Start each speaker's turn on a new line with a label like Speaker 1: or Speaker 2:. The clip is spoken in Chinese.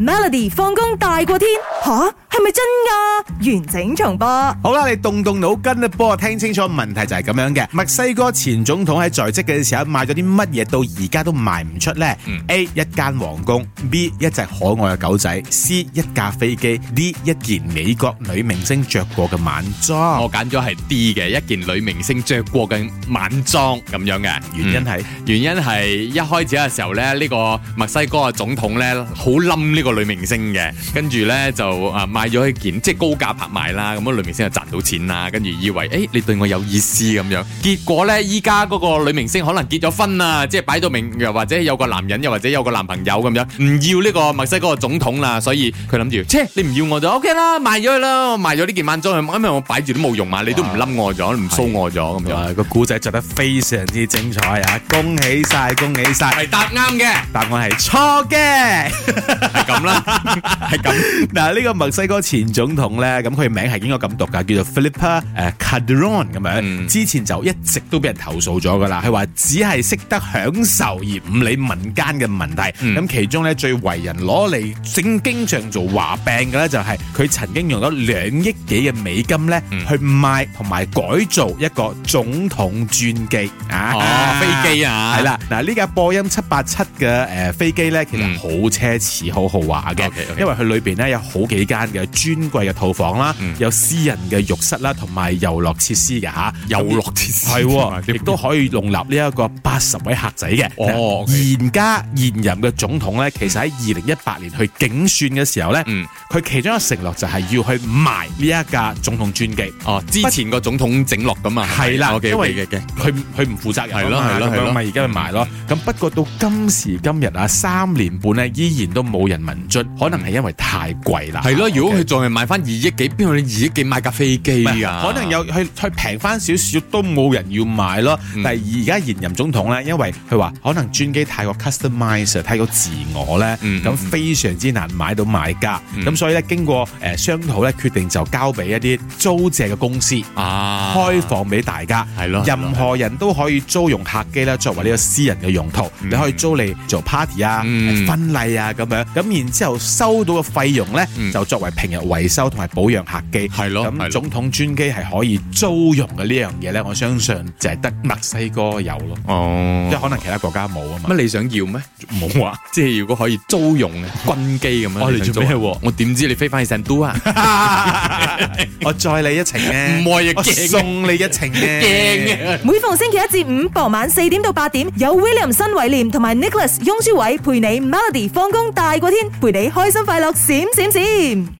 Speaker 1: Melody 放工大過天吓，係咪真㗎？完整重播。
Speaker 2: 好啦，你動動腦筋啦，幫我聽清楚問題就係咁樣嘅。墨西哥前總統喺在職嘅時候買咗啲乜嘢，到而家都賣唔出呢 a 一間皇宮，B 一隻可愛嘅狗仔，C 一架飛機，D 一件美國女明星着過嘅晚裝。
Speaker 3: 我揀咗係 D 嘅一件女明星着過嘅晚裝咁樣嘅，
Speaker 2: 原因係
Speaker 3: 原因係一開始嘅時候咧，呢、個墨西哥嘅總統咧好冧呢個女明星嘅，跟住咧就啊買咗一件即係高價拍賣啦，咁啊女明星就賺到錢啦，跟住以為誒、欸你對我有意思咁樣，結果咧依家嗰個女明星可能結咗婚啦，即係擺到明又或者有個男人又或者有個男朋友咁樣，唔要呢個墨西哥嘅總統啦，所以佢諗住，切你唔要我就 OK 啦，賣咗佢啦，我賣咗呢件晚裝，因為我擺住都冇用啊嘛，你都唔冧我咗，唔騷我咗咁樣，
Speaker 2: 哇啊個古仔着得非常之精彩啊！恭喜晒，恭喜晒！
Speaker 3: 係答啱嘅。
Speaker 2: 答案係錯嘅。
Speaker 3: 係咁啦，係咁。
Speaker 2: 嗱，呢個墨西哥前總統咧，咁佢名係應該咁讀㗎，叫做 Felipe 誒 Calderon 咁樣。
Speaker 3: 嗯
Speaker 2: 之前就一直都俾人投訴咗㗎啦，佢話只係識得享受而唔理民間嘅問題。咁、
Speaker 3: 嗯
Speaker 2: 其中咧最為人攞嚟正經常做話柄嘅咧，就係佢曾經用咗兩億幾嘅美金咧、
Speaker 3: 嗯
Speaker 2: 去賣同埋改造一個總統專機啊，
Speaker 3: 哦，飛機啊，
Speaker 2: 係，啦，嗱呢架波音七八七嘅誒飛機咧，其實
Speaker 3: 嗯
Speaker 2: 好奢侈、好豪華嘅
Speaker 3: OK，OK
Speaker 2: 因為佢裏邊咧有好幾間嘅專櫃嘅套房啦，
Speaker 3: 嗯
Speaker 2: 有私人嘅浴室啦，同埋遊樂設施嘅嚇，
Speaker 3: 遊樂設施
Speaker 2: 係喎，亦
Speaker 3: 添啊
Speaker 2: 都可以容納呢一個八十位客仔嘅。
Speaker 3: 哦
Speaker 2: 嗱現家現任嘅總統咧，其實喺二零一八年去競選嘅時候咧，
Speaker 3: 嗯，
Speaker 2: 佢其中一個承諾就係要去賣呢一架總統專機。
Speaker 3: 哦，之前個總統整落噶嘛，哦
Speaker 2: 係啦，
Speaker 3: 嘅
Speaker 2: 因為
Speaker 3: 嘅嘅，
Speaker 2: 佢唔佢唔負責任啊
Speaker 3: 係咯
Speaker 2: 嘛
Speaker 3: 係咯
Speaker 2: 咁
Speaker 3: 係
Speaker 2: 樣
Speaker 3: 咯
Speaker 2: 咪而家咪埋咯。咁不過到今時今日啊，三年半咧依然都冇人問津，可能係因為太貴啦。啊
Speaker 3: 係咯。如果佢啊
Speaker 2: OK
Speaker 3: 仲係買翻二億幾，邊有你二億幾買架飛機
Speaker 2: 唔係啊
Speaker 3: 㗎？
Speaker 2: 可能有佢佢平翻少少都冇人要買咯。
Speaker 3: 嗯
Speaker 2: 但係而家現任總統咧，因為佢話可能專機太過 customise 太過自我咧，
Speaker 3: 嗯
Speaker 2: 咁
Speaker 3: 嗯
Speaker 2: 非常之難買到買家。
Speaker 3: 嗯
Speaker 2: 咁所以咧，經過誒商討咧，決定就交俾一啲租借嘅公司。
Speaker 3: 啊，
Speaker 2: 開放俾大家，
Speaker 3: 係咯係咯
Speaker 2: 任何人都可以租用客機咧，作為呢個私人嘅用途，
Speaker 3: 嗯
Speaker 2: 你可以租嚟做 party 啊、
Speaker 3: 嗯
Speaker 2: 婚禮啊咁樣，咁然之後收到嘅費用咧，
Speaker 3: 嗯
Speaker 2: 就作為平日維修同埋保養客機。
Speaker 3: 係咯係
Speaker 2: 咁
Speaker 3: 咯
Speaker 2: 總統專機係可以租用嘅呢樣嘢咧，我相信就係得墨西哥有咯，即係
Speaker 3: 哦。
Speaker 2: 可能其他國家冇啊嘛
Speaker 3: 乜。你想要咩？
Speaker 2: 冇啊，
Speaker 3: 即係如果可以租用嘅軍機咁樣，
Speaker 2: 哦你
Speaker 3: 想
Speaker 2: 做咩
Speaker 3: 租啊我點知你飛翻去成都啊？
Speaker 2: 我載你一程咧，
Speaker 3: 唔會啊
Speaker 2: 我
Speaker 3: 驚啊
Speaker 2: 送你一程咧，
Speaker 3: 驚啊！
Speaker 1: 每逢星期一至五傍晚四點到八點，有 William 新偉廉同埋 Nicholas 雍舒偉陪你 Melody 放工大過天，陪你開心快樂閃閃閃。